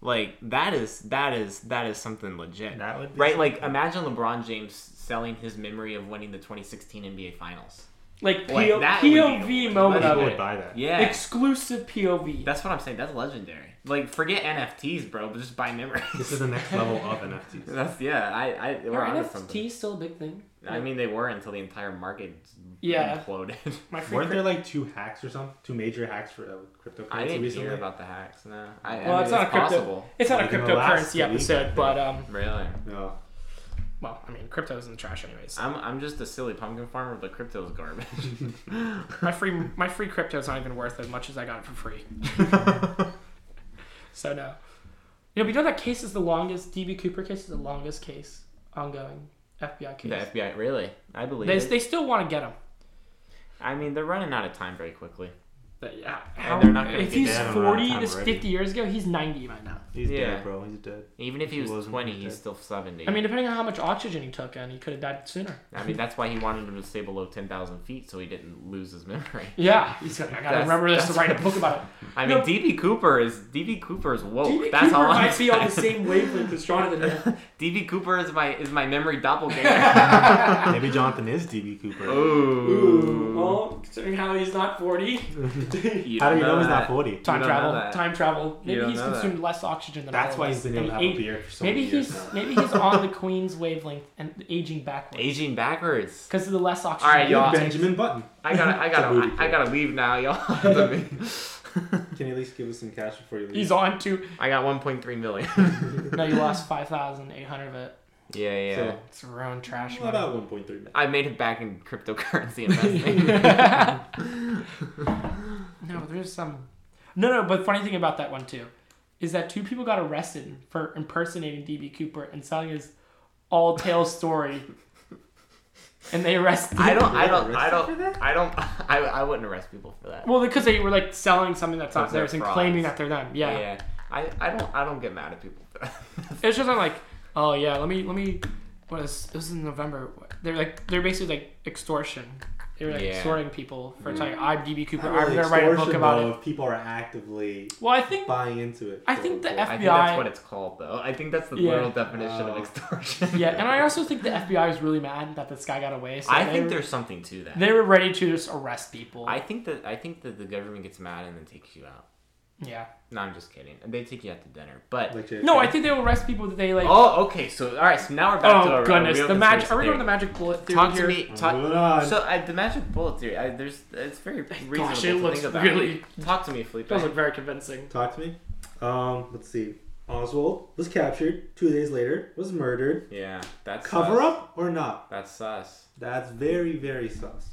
like that is that is that is something legit. That would be right? Like imagine LeBron James selling his memory of winning the 2016 NBA Finals. like Like, PO- that would be POV a- moment People of would it. buy that. Yeah, Exclusive POV. that's what I'm saying. That's legendary. Like forget NFTs, bro, but just buy memories. This is the next level of NFTs. that's yeah. I I we're Are onto something. NFTs still a big thing? I mean, they were until the entire market Yeah. imploded. my free Weren't there like two hacks or something? Two major hacks for uh, cryptocurrency I didn't recently? hear about the hacks. No, I, Well, I mean, it's not a crypto. possible. It's not a Like in the last cryptocurrency week, I episode, think. but um, Really. No. well, I mean, crypto's in the trash anyways. I'm, I'm just a silly pumpkin farmer, but crypto's garbage. My free my free crypto's not even worth as much as I got it for free. so no, you know, but you know that case is the longest. DB Cooper case is the longest case ongoing FBI the case. FBI, really? I believe They, it. they still want to get him. I mean, they're running out of time very quickly. But yeah, how, they're not gonna if get he's down around forty, time this already. fifty years ago, he's ninety right now. He's Yeah. dead, bro. He's dead. Even if He he was wasn't twenty, dead. he's still seventy. I mean, depending on how much oxygen he took, and he could have died sooner. I mean, that's why he wanted him to stay below ten thousand feet so he didn't lose his memory. Yeah, he's like, I gotta That's- remember this to that's- write a book about it. I mean, No. DB Cooper is DB Cooper is woke. DB that's Cooper all I'm might be on the saying. same wavelength as Jonathan. is. DB Cooper is my is my memory doppelganger. Maybe Jonathan is DB Cooper. Oh. Ooh, Oh. Ooh. well, considering how he's not forty, How do you know he's that. not 40? time know travel, that. time travel. You Maybe don't he's know that. consumed less oxygen than That's all of why he's us, been able and to have he a ag- beer for so Maybe many years he's now. maybe he's on the queen's wavelength and aging backwards. Aging backwards. Because of the less oxygen. All right, you y'all. take. Benjamin Button. I gotta I It's a movie gotta I, I quote. gotta leave now, y'all. Can you at least give us some cash before you leave? He's on to. I got one point three million. No, you lost 5,800 of it. yeah, yeah. So- It's your own trash Well, money. about 1.3 million. I made it back in cryptocurrency investing. No, there's some. No, no, but funny thing about that one, too, is that two people got arrested for impersonating D.B. Cooper and selling his all tale story. And they arrested. I don't. I You're don't. I arrested don't. for that? I don't. I, I wouldn't arrest people for that. Well, because they were like selling something that's not Because they're theirs and frauds. claiming that they're them. Yeah. yeah. I, I don't. I don't get mad at people for that. It's just not like, oh yeah, let me let me. What is this? Is in November? They're like they're basically like extortion. They're like Yeah. Mm. extorting people for telling I'm DB Cooper. Not really I'm gonna write a book extortion, about though, it. if people are actively Well, I think buying into it. I quote, think the unquote. F- I think that's FBI. what it's called, though. I think that's the Yeah. literal definition Oh. of extortion. yeah, and I also think the FBI was really mad that this guy got away. So I they think were, there's something to that. they were ready to just arrest people. I think that I think that the government gets mad and then takes you out. yeah. No, I'm just kidding. They take you out to dinner, but Like JFK. No, I think they will arrest people that they like. Oh, oh, okay. So all right. So now we're back to our, goodness, real the magic. conspiracy Are we going to the theory. magic bullet theory Talk here? to me. I'm Talk, moving on. so I, the magic bullet theory. I, there's it's very reasonable Gosh, to it looks think about. really. Talk to me, Felipe. Does look very convincing. Talk to me. Um, let's see. Oswald was captured two days later, was murdered. Yeah, that's Cover sus. up or not? That's sus. That's very, very sus.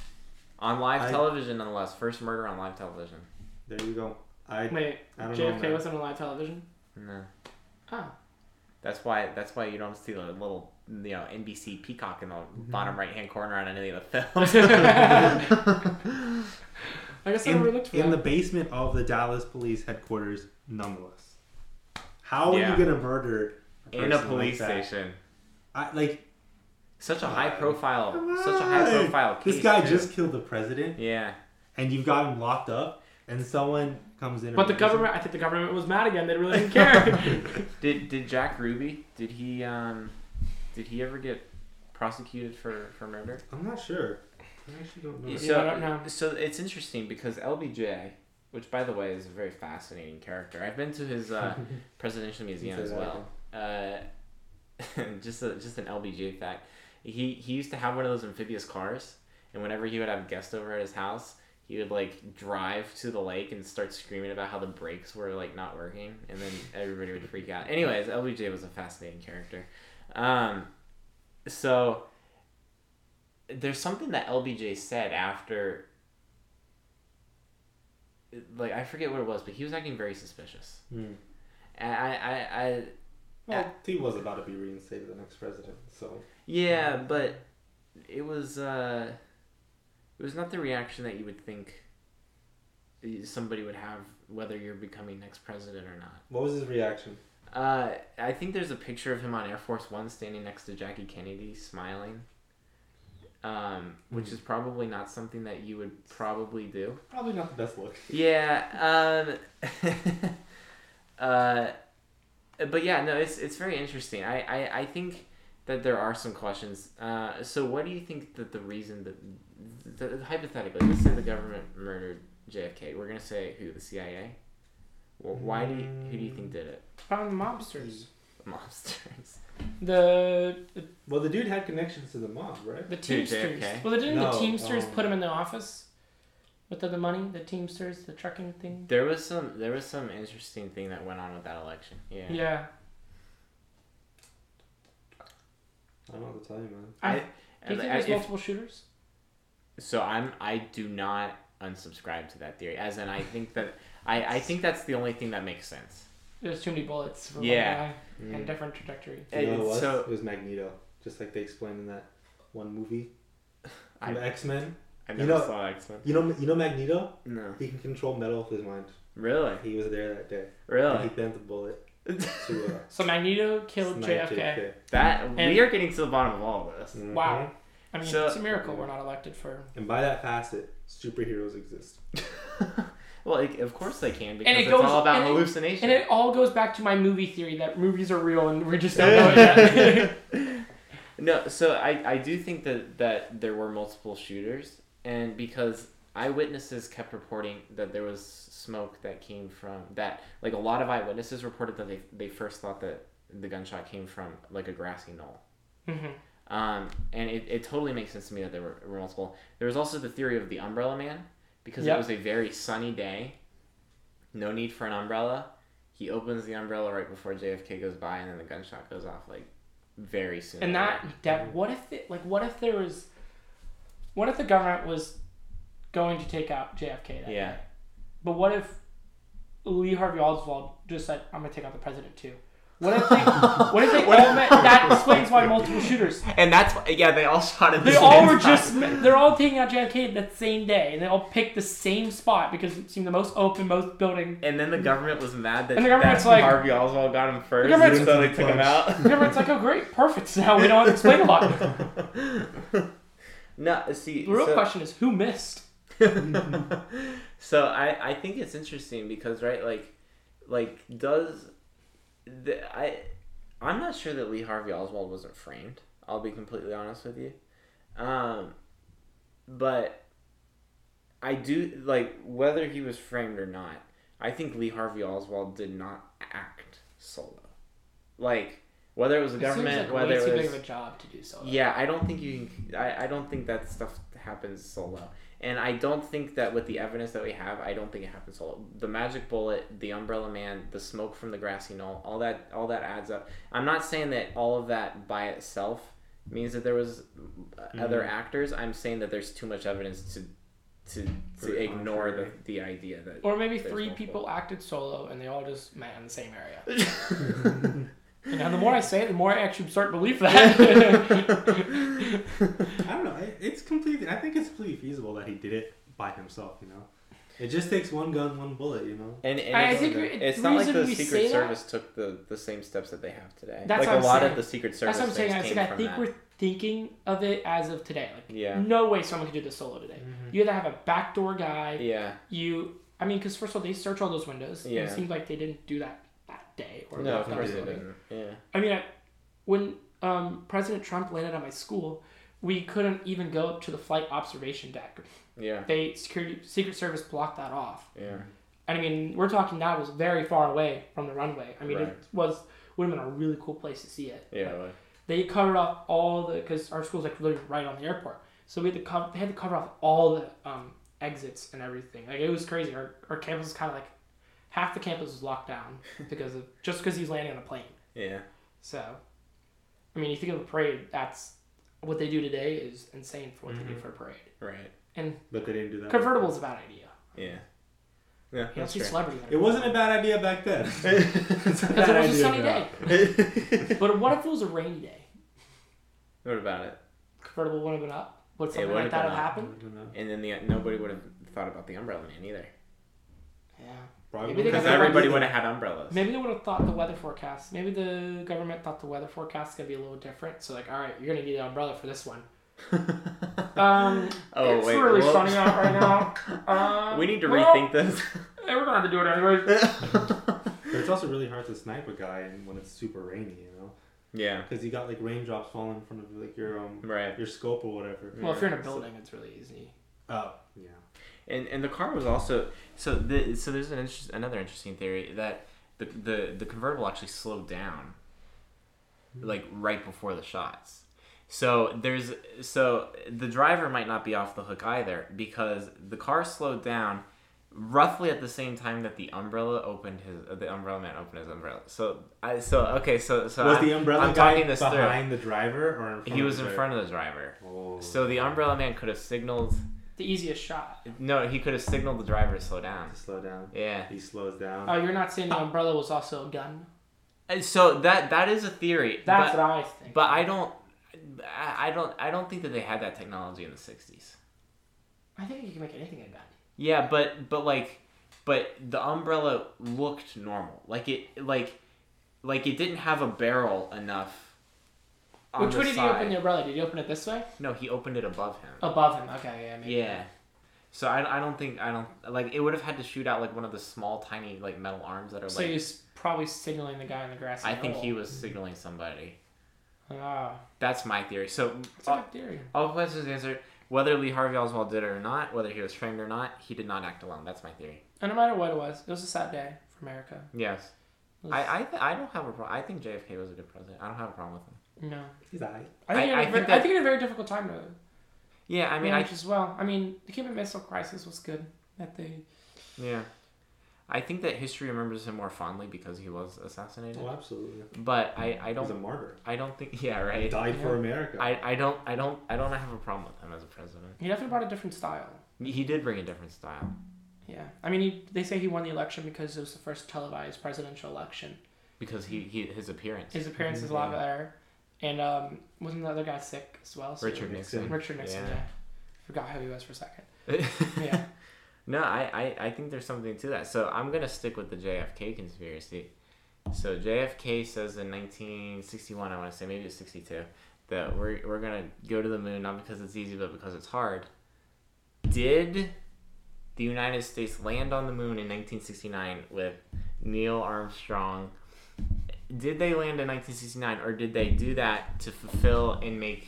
On live I- television, nonetheless. First murder on live television. There you go. I Wait, I don't know, JFK man. wasn't on live television. No. Oh, That's why. That's why you don't see the little, you know, NBC peacock in the Mm-hmm. bottom right hand corner on any of the films. I guess I in, never looked for in the that. basement of the Dallas police headquarters, nonetheless. How Yeah. are you gonna murder in a person police like that? station. I, like Such a high profile. come Such a high on. profile case. This guy too. just killed the president, Yeah. and you've got him locked up, and someone comes in. and But the murders government, I think the government was mad again. They really didn't care. Did did Jack Ruby? Did he um, did he ever get prosecuted for for murder? him. I'm not sure. I actually don't know. Yeah. I don't know. So it's interesting because LBJ, which by the way is a very fascinating character. I've been to his uh, presidential museum Say as that well. Uh, just a, just an LBJ fact. He he used to have one of those amphibious cars, and whenever he would have guests over at his house, he would like drive to the lake and start screaming about how the brakes were like not working, and then everybody would freak out. Anyways, LBJ was a fascinating character. Um, so there's something that LBJ said after like I forget what it was, but he was acting very suspicious. Hmm. And I, I, I Well, he was about to be reinstated the next president, so yeah, but it was uh it was not the reaction that you would think somebody would have whether you're becoming next president or not. what was his reaction? Uh, I think there's a picture of him on Air Force One standing next to Jackie Kennedy smiling. Um, which is probably not something that you would probably do. Probably not the best look. Yeah. Um, uh, but yeah, no, it's it's very interesting. I, I, I think that there are some questions. Uh, so what do you think that the reason that, that hypothetically, let's say the government murdered JFK, we're gonna say who the CIA. Well, why do you, who do you think did it? Found the mobsters. Monsters. Mm. The the, Well, the dude had connections to the mob, right? the Dude, Teamsters. JFK. well, they didn't the No, Teamsters um, put him in the office with the, the money. The Teamsters, the trucking thing. There was some there was some interesting thing that went on with that election. Yeah. Yeah, I don't know what to tell you, man. I, do And you think I- there's if- multiple shooters? So I'm I do not unsubscribe to that theory. As in I think that I, I think that's the only thing that makes sense. There's too many bullets for Yeah. one guy and uh, different trajectory. Hmm. You know what it And was? so it was Magneto, just like they explained in that one movie, I- X Men. I You never know- saw X Men. You know, you know Magneto. No. He can control metal with his mind. Really? He was there that day. And Really? he bent the bullet to uh, So Magneto killed snipe JFK. JFK. That And- we are getting to the bottom of all of this. Mm-hmm. Wow. I mean, So- it's a miracle we're not elected for. And by that facet, superheroes exist. well, it, of course they can because And it it's goes- all about and it- hallucination. And it all goes back to my movie theory that movies are real and we just don't know it yet. No, so I, I do think that, that there were multiple shooters, and because eyewitnesses kept reporting that there was smoke that came from that, like a lot of eyewitnesses reported that they, they first thought that the gunshot came from like a grassy knoll. Mhm. Um, and it, it totally makes sense to me that there were, were multiple. There was also the theory of the umbrella man because Yep. it was a very sunny day, no need for an umbrella. He opens the umbrella right before JFK goes by, and then the gunshot goes off like very soon. and that, after. that, what if it, like, what if there was, what if the government was going to take out JFK? That yeah, But what if Lee Harvey Oswald just said, "I'm gonna take out the president too"? What if they? what if they all met? That explains why multiple shooters. and that's why- yeah, they all shot at the They all same were time. just. They're all taking out JFK that same day, and they all picked the same spot because it seemed the most open, most building. and then the government was mad that And the government's that's like- Harvey Oswald got him first, The government's- so they took him out. The government's like, "Oh great, perfect. So Now we don't have to explain a lot." No, see, The real so- question is who missed. so I, I think it's interesting because right like like does the, I I'm not sure that Lee Harvey Oswald wasn't framed. I'll be completely honest with you, um, but I do like whether he was framed or not. I think Lee Harvey Oswald did not act solo, like whether it was the government, whether way it too was big of a job to do so. yeah, I don't think you can. I, I don't think that stuff happens solo. And I don't think that with the evidence that we have, I don't think it happens solo. The magic bullet, the umbrella man, the smoke from the grassy knoll, all that, all that adds up. I'm not saying that all of that by itself means that there was uh Mm-hmm. other actors. I'm saying that there's too much evidence to to For to the ignore the, contrary. the idea that Or maybe There's three multiple. people acted solo and they all just met in the same area. And now the more I say it, the more I actually start to believe that. I don't know. It, it's completely. I think it's completely feasible that he did it by himself. You know, it just takes one gun, one bullet. You know. And, and I it's, think it- it's the not like reason the we Secret say that- Service took the, the same steps that they have today. That's like what a I'm lot saying. of the Secret Service That's what I'm saying. I, things think, came I from think that. we're thinking of it as of today. Like, Yeah. no way someone could do this solo today. You had to have a backdoor guy. Yeah. You, I mean, because first of all, they search all those windows. And Yeah. it seemed like they didn't do that that day or No, that of course they day. didn't. Yeah. I mean, I, when um, President Trump landed at my school, we couldn't even go up to the flight observation deck. Yeah. They security Secret Service blocked that off. Yeah. And I mean, we're talking now it was very far away from the runway. I mean, Right. it was would have been a really cool place to see it. Yeah. Like, They covered off all the because our school's like literally right on the airport, so we had to cover. They had to cover off all the um, exits and everything. Like it was crazy. Our, our campus was kind of like half the campus was locked down because of just because he's landing on a plane. yeah. So, I mean, you think of a parade. That's what they do today is insane for what Mm-hmm. they do for a parade. Right. And But they didn't do that. convertible's a bad idea. Yeah. Yeah. You don't That's see true. celebrities. It wasn't a bad idea back then. It's because it bad was a idea sunny now. day. But what if it was a rainy day? what about it? Convertible would have been up. Would something would like have that been have up. I happened? don't know. And then the nobody would have thought about the umbrella man either, Yeah. Probably Maybe they because got the everybody would have had umbrellas. Maybe they would have thought the weather forecast. Maybe the government thought the weather forecast is gonna be a little different. So like, all right, you're gonna need an umbrella for this one. Um, oh it's wait. really well, sunny out right now. Um, we need to well, rethink this. eh, we're gonna have to do it anyway. But it's also really hard to snipe a guy and when it's super rainy, you know, yeah. because you got like raindrops falling from the, like your um Right. your scope or whatever. Well, if you're in a building, it's really easy. Oh yeah. And and the car was also so the so there's an interest, another interesting theory that the, the the convertible actually slowed down Hmm. like right before the shots. So there's so the driver might not be off the hook either because the car slowed down roughly at the same time that the umbrella opened his uh, the umbrella man opened his umbrella. So I so okay so so was I'm, the umbrella I'm guy talking this behind the driver or in front through. He of was in the driver? front of the driver. Oh. So the umbrella man could have signaled The easiest shot. no, he could have signaled the driver to slow down. to slow down. Yeah. He slows down. Oh, you're not saying the umbrella was also a gun? And Uh, So that that is a theory. That's but, what I think. but I don't I I don't I don't think that they had that technology in the 60s. I think you can make anything out of Gandhi. Yeah, but but like, but the umbrella looked normal. Like it like, like it didn't have a barrel enough. On Which the way did you side. open the umbrella? Did you open it this way? No, he opened it above him. Above him. Okay, yeah, maybe. Yeah. So I, I don't think I don't like it would have had to shoot out like one of the small tiny like metal arms that are So like he's probably signaling the guy in the grass. "Oh, I think he was signaling somebody. Ah, That's my theory. So uh, it's a all, good theory. all questions answered. Whether Lee Harvey Oswald did it or not, whether he was framed or not, he did not act alone. That's my theory. And no matter what it was, it was a sad day for America. Yes, It was- I I, th- I don't have a pro- I think JFK was a good president. I don't have a problem with him. no. He's alright. I think, I- I, had I a think very, that- I think it had a very difficult time though. Yeah, I I mean, mean, I as well. I mean, the Cuban Missile Crisis was good that they. yeah, I think that history remembers him more fondly because he was assassinated. Oh, absolutely. But I I He's a don't martyr. I don't think yeah He right. died for Yeah. America. I, I don't I don't I don't have a problem with him as a president. He definitely brought a different style. He did bring a different style. Yeah, I mean, he, they say he won the election because it was the first televised presidential election. because he, he his appearance. His appearance is a lot better, and um, wasn't the other guy sick as well? So Richard Nixon. Richard Nixon. Yeah. Yeah. forgot who he was for a second. Yeah, no, I, I I think there's something to that. So I'm gonna stick with the JFK conspiracy. So JFK says in 1961, I want to say maybe it's 62, that we're we're gonna go to the moon not because it's easy but because it's hard. Did the United States land on the moon in 1969 with Neil Armstrong? Did they land in 1969, or did they do that to fulfill and make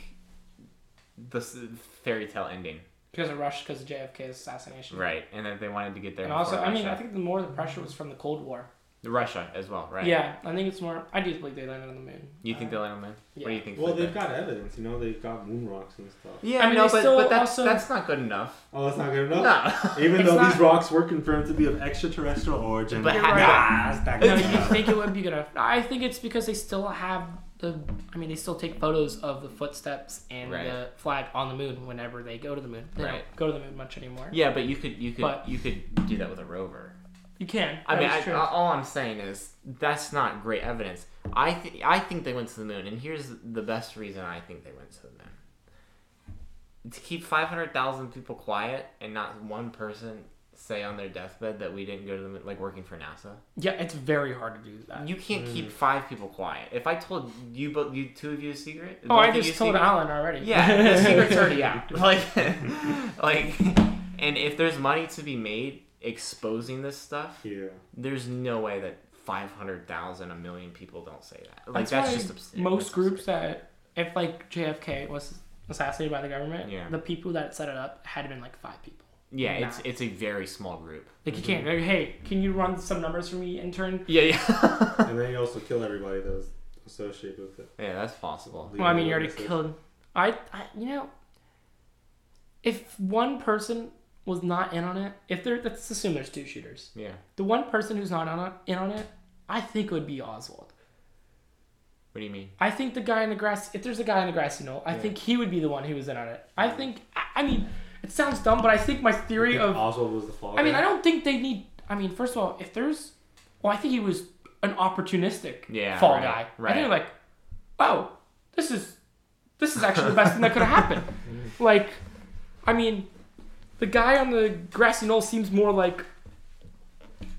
the s- fairy tale ending? because of Russia, because of JFK's assassination. Right, and that they wanted to get there. And also, before I mean, Russia. I think the more the pressure was from the Cold War. Russia as well, right? Yeah, I think it's more. I do believe they landed on the moon. You think Uh, they'll land on the moon? What do you yeah. think? well, Flip? they've got evidence. You know, they've got moon rocks and stuff. Yeah, I mean, no, they but, still but that's also- that's not good enough. Oh, that's not good enough. No. Even It's though not- these rocks were confirmed to be of extraterrestrial origin, But nah, how- that's not No, good you enough. think it would be good enough. I think it's because they still have the. I mean, they still take photos of the footsteps and Right. the flag on the moon whenever they go to the moon. They Right. don't go to the moon much anymore. yeah, but you could you could But- you could do that with a rover. You can. I That mean, is I, uh, true. I- all I'm saying is that's not great evidence. I th- I think they went to the moon, and here's the best reason I think they went to the moon. To keep five hundred thousand people quiet and not one person say on their deathbed that we didn't go to the moon, like working for NASA. yeah, it's very hard to do that. You can't keep five people quiet. If I told you both, you two of you a secret. oh, both I of you a just told secret- Alan already. Yeah, the secret's already out. Like, like, and if there's money to be made exposing this stuff, Yeah. there's no way that five hundred thousand, a million people don't say that. Like, That's, that's, why just absurd. most That's groups absurd. that if like JFK was assassinated by the government, Yeah. the people that set it up had been like five people. Yeah, Nah. it's it's a very small group. Like you can't. Like, hey, can you run some numbers for me, intern? Yeah, yeah, And then you also kill everybody that was associated with it. yeah. That's possible. Well, I mean, you Legal already witnesses. killed. I, I, you know, if one person was not in on it, if there, let's assume there's two shooters. Yeah, The one person who's not on it, in on it, I think it would be Oswald. what do you mean? I think the guy in the grass. If there's a guy in the grassy knoll, I think he would be the one who was in on it. I think. I, I mean, it sounds dumb, but I think my You theory think of. Oswald was the father. I mean, I don't think they need. I mean, first of all, if there's, well, I think he was an opportunistic Yeah, fall right, guy. right. I think like, oh, this is, this is actually the best thing that could have happened. Mm-hmm. Like, I mean, the guy on the grassy knoll seems more like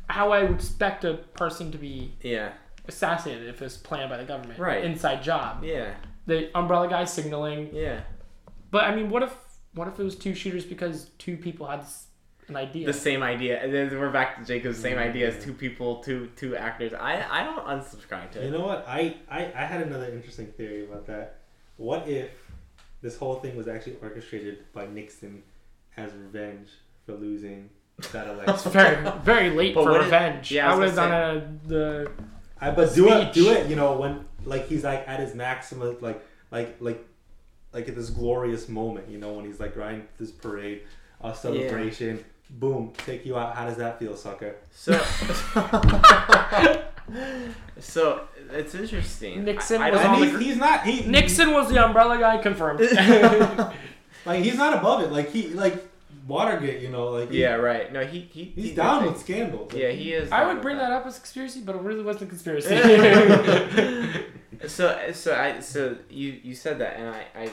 how I would expect a person to be Yeah, assassinated if it's planned by the government. Right. Inside job. yeah, The umbrella guy signaling. yeah. But I mean, what if what if it was two shooters because two people had s- an idea? the same idea. And then we're back to Jacob's same idea as two people, two two actors. I I don't unsubscribe to You it. know what? I, I, I had another interesting theory about that. What if this whole thing was actually orchestrated by Nixon as revenge for losing that It's election? very, very late But for what is- revenge. yeah, I I, was would have gonna done a, the. I, but do it, Speech. do it. You know when like he's like at his maximum, like like like like at this glorious moment. You know when he's like riding this parade, a celebration. Boom! Take you out. How does that feel, sucker? So so it's interesting. Nixon I, I was don't on And the he's, gr- he's not. He, Nixon was the umbrella guy confirmed. like he's not above it. Like he like Watergate. You know like he- yeah, right. No, he he He's he down did with scandals. think- Yeah, he is. I down would with bring that up as a conspiracy, but it really wasn't a conspiracy. so so I so you you said that and I I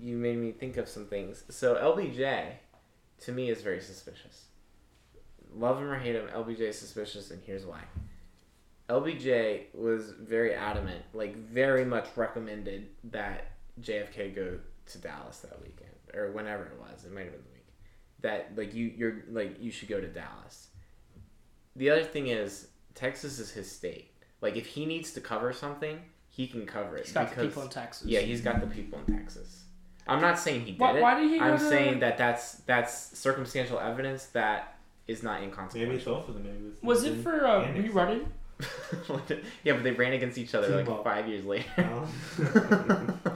you made me think of some things. So LBJ to me is very suspicious. Love him or hate him, LBJ is suspicious, and here's why. LBJ was very adamant, like very much recommended that JFK go to Dallas that weekend or whenever it was. It might have been the week that like you you're like you should go to Dallas. The other thing is Texas is his state. Like if he needs to cover something, he can cover it He's got the people in Texas. yeah, he's got the people in Texas. I'm not saying he did Why- it. why did he go I'm to- saying that that's that's circumstantial evidence that is not Maybe it's inconsequential. both of them. Maybe it's Was it for uh, And it's- rerunning? yeah, but they ran against each other like Team up. five years later. Um,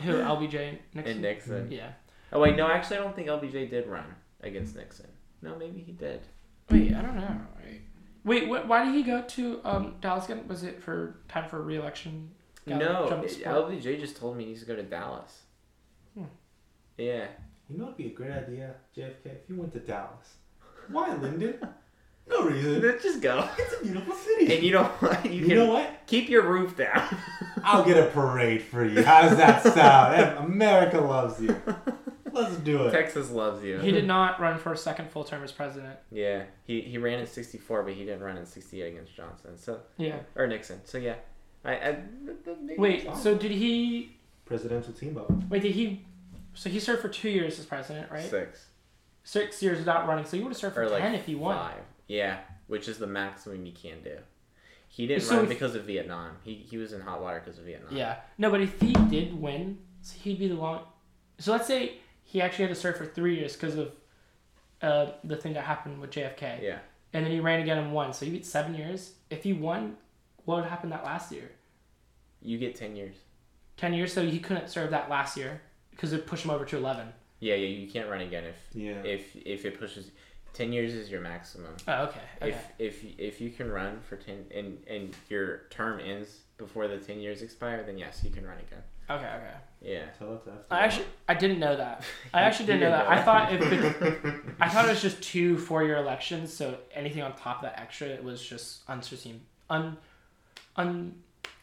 Who LBJ next? and Nixon. Yeah. Oh wait, no, actually, I don't think LBJ did run against Nixon. No, maybe he did. Wait, I don't know. Wait, Wait, wh- why did he go to um, Dallas again? Was it for time for re-election? Got no, Trump it- support? LBJ just told me he needs to go to Dallas. Hmm. Yeah, you know, it'd be a great idea, JFK, if you went to Dallas. Why, Lyndon? No reason. let's just go. It's a beautiful city. And you know what? You, You can know what? keep your roof down. I'll get a parade for you. How's that sound? America loves you. Let's do it. Texas loves you. He did not run for a second full term as president. Yeah, he he ran in '64, but he didn't run in '68 against Johnson. So Yeah. or Nixon. So yeah, I, I th- th- maybe- Wait, so did he? Presidential team up. Wait, did he? So he served for two years as president, right? six Six years without running. So he would have served for or like ten if he won. five. Yeah, which is the maximum you can do. He didn't So run if- because of Vietnam. He he was in hot water because of Vietnam. Yeah. No, but if he did win, so he'd be the long. So let's say he actually had to serve for three years because of uh, the thing that happened with JFK. Yeah. And then he ran again and won. So he beat seven years. If he won, what would happen that last year? You get ten years. 10 years, so he couldn't serve that last year because it pushed him over to 11. Yeah, yeah. You can't run again if Yeah. if if it pushes. Ten years is your maximum. Oh, okay. okay. If if if you can run for ten and and your term ends before the ten years expire, then yes, you can run again. okay, okay. Yeah. Tell it to after I actually I didn't know that. I You- actually didn't you know that. didn't I thought it know could, I thought it was just two four-year elections, so anything on top of that extra it was just unforeseen un un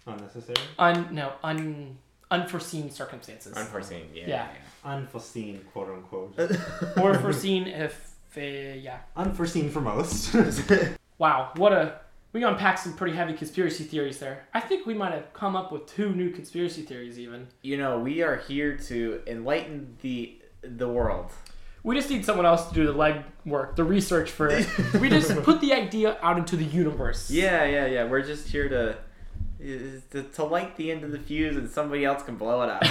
Unnecessary. un no un unforeseen circumstances. Unforeseen. Yeah. Yeah. Unforeseen, quote unquote. Uh, or foreseen if uh, yeah. Unforeseen for most. Wow, what a we gonna unpack some pretty heavy conspiracy theories there. I think we might have come up with two new conspiracy theories even. You know, we are here to enlighten the the world. We just need someone else to do the leg work, the research for it. we just put the idea out into the universe. Yeah, yeah, yeah. We're just here to to, to light the end of the fuse, and somebody else can blow it up.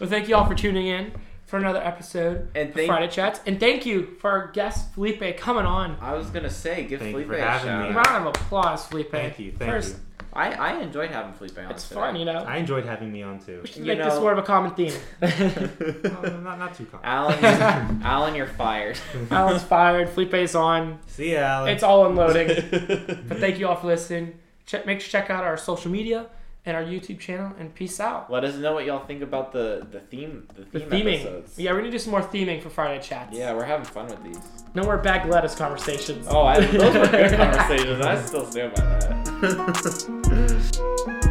Well, thank you all for tuning in for another episode And of thank- Friday Chats. And thank you for our guest, Felipe, coming on. I was gonna say, give Thank you Felipe for a having shout. me. out. Round of applause, Felipe. Thank you, thank First, you. I I enjoyed having Felipe on. It's fun, you know? I enjoyed having me on too. We should You make this know- more of a common theme. No, no, not, not too calm. Alan, you're, Alan, you're fired. Alan's fired, Felipe's on. See ya, Alex. It's all unloading. but thank you all for listening. Check, make sure to check out our social media and our YouTube channel, and peace out. Let us know what y'all think about the the theme the The theme theming. episodes. Yeah, we're going to do some more theming for Friday Chats. Yeah, we're having fun with these. No more bag lettuce conversations. Oh, I, those were good conversations. I still stand by that.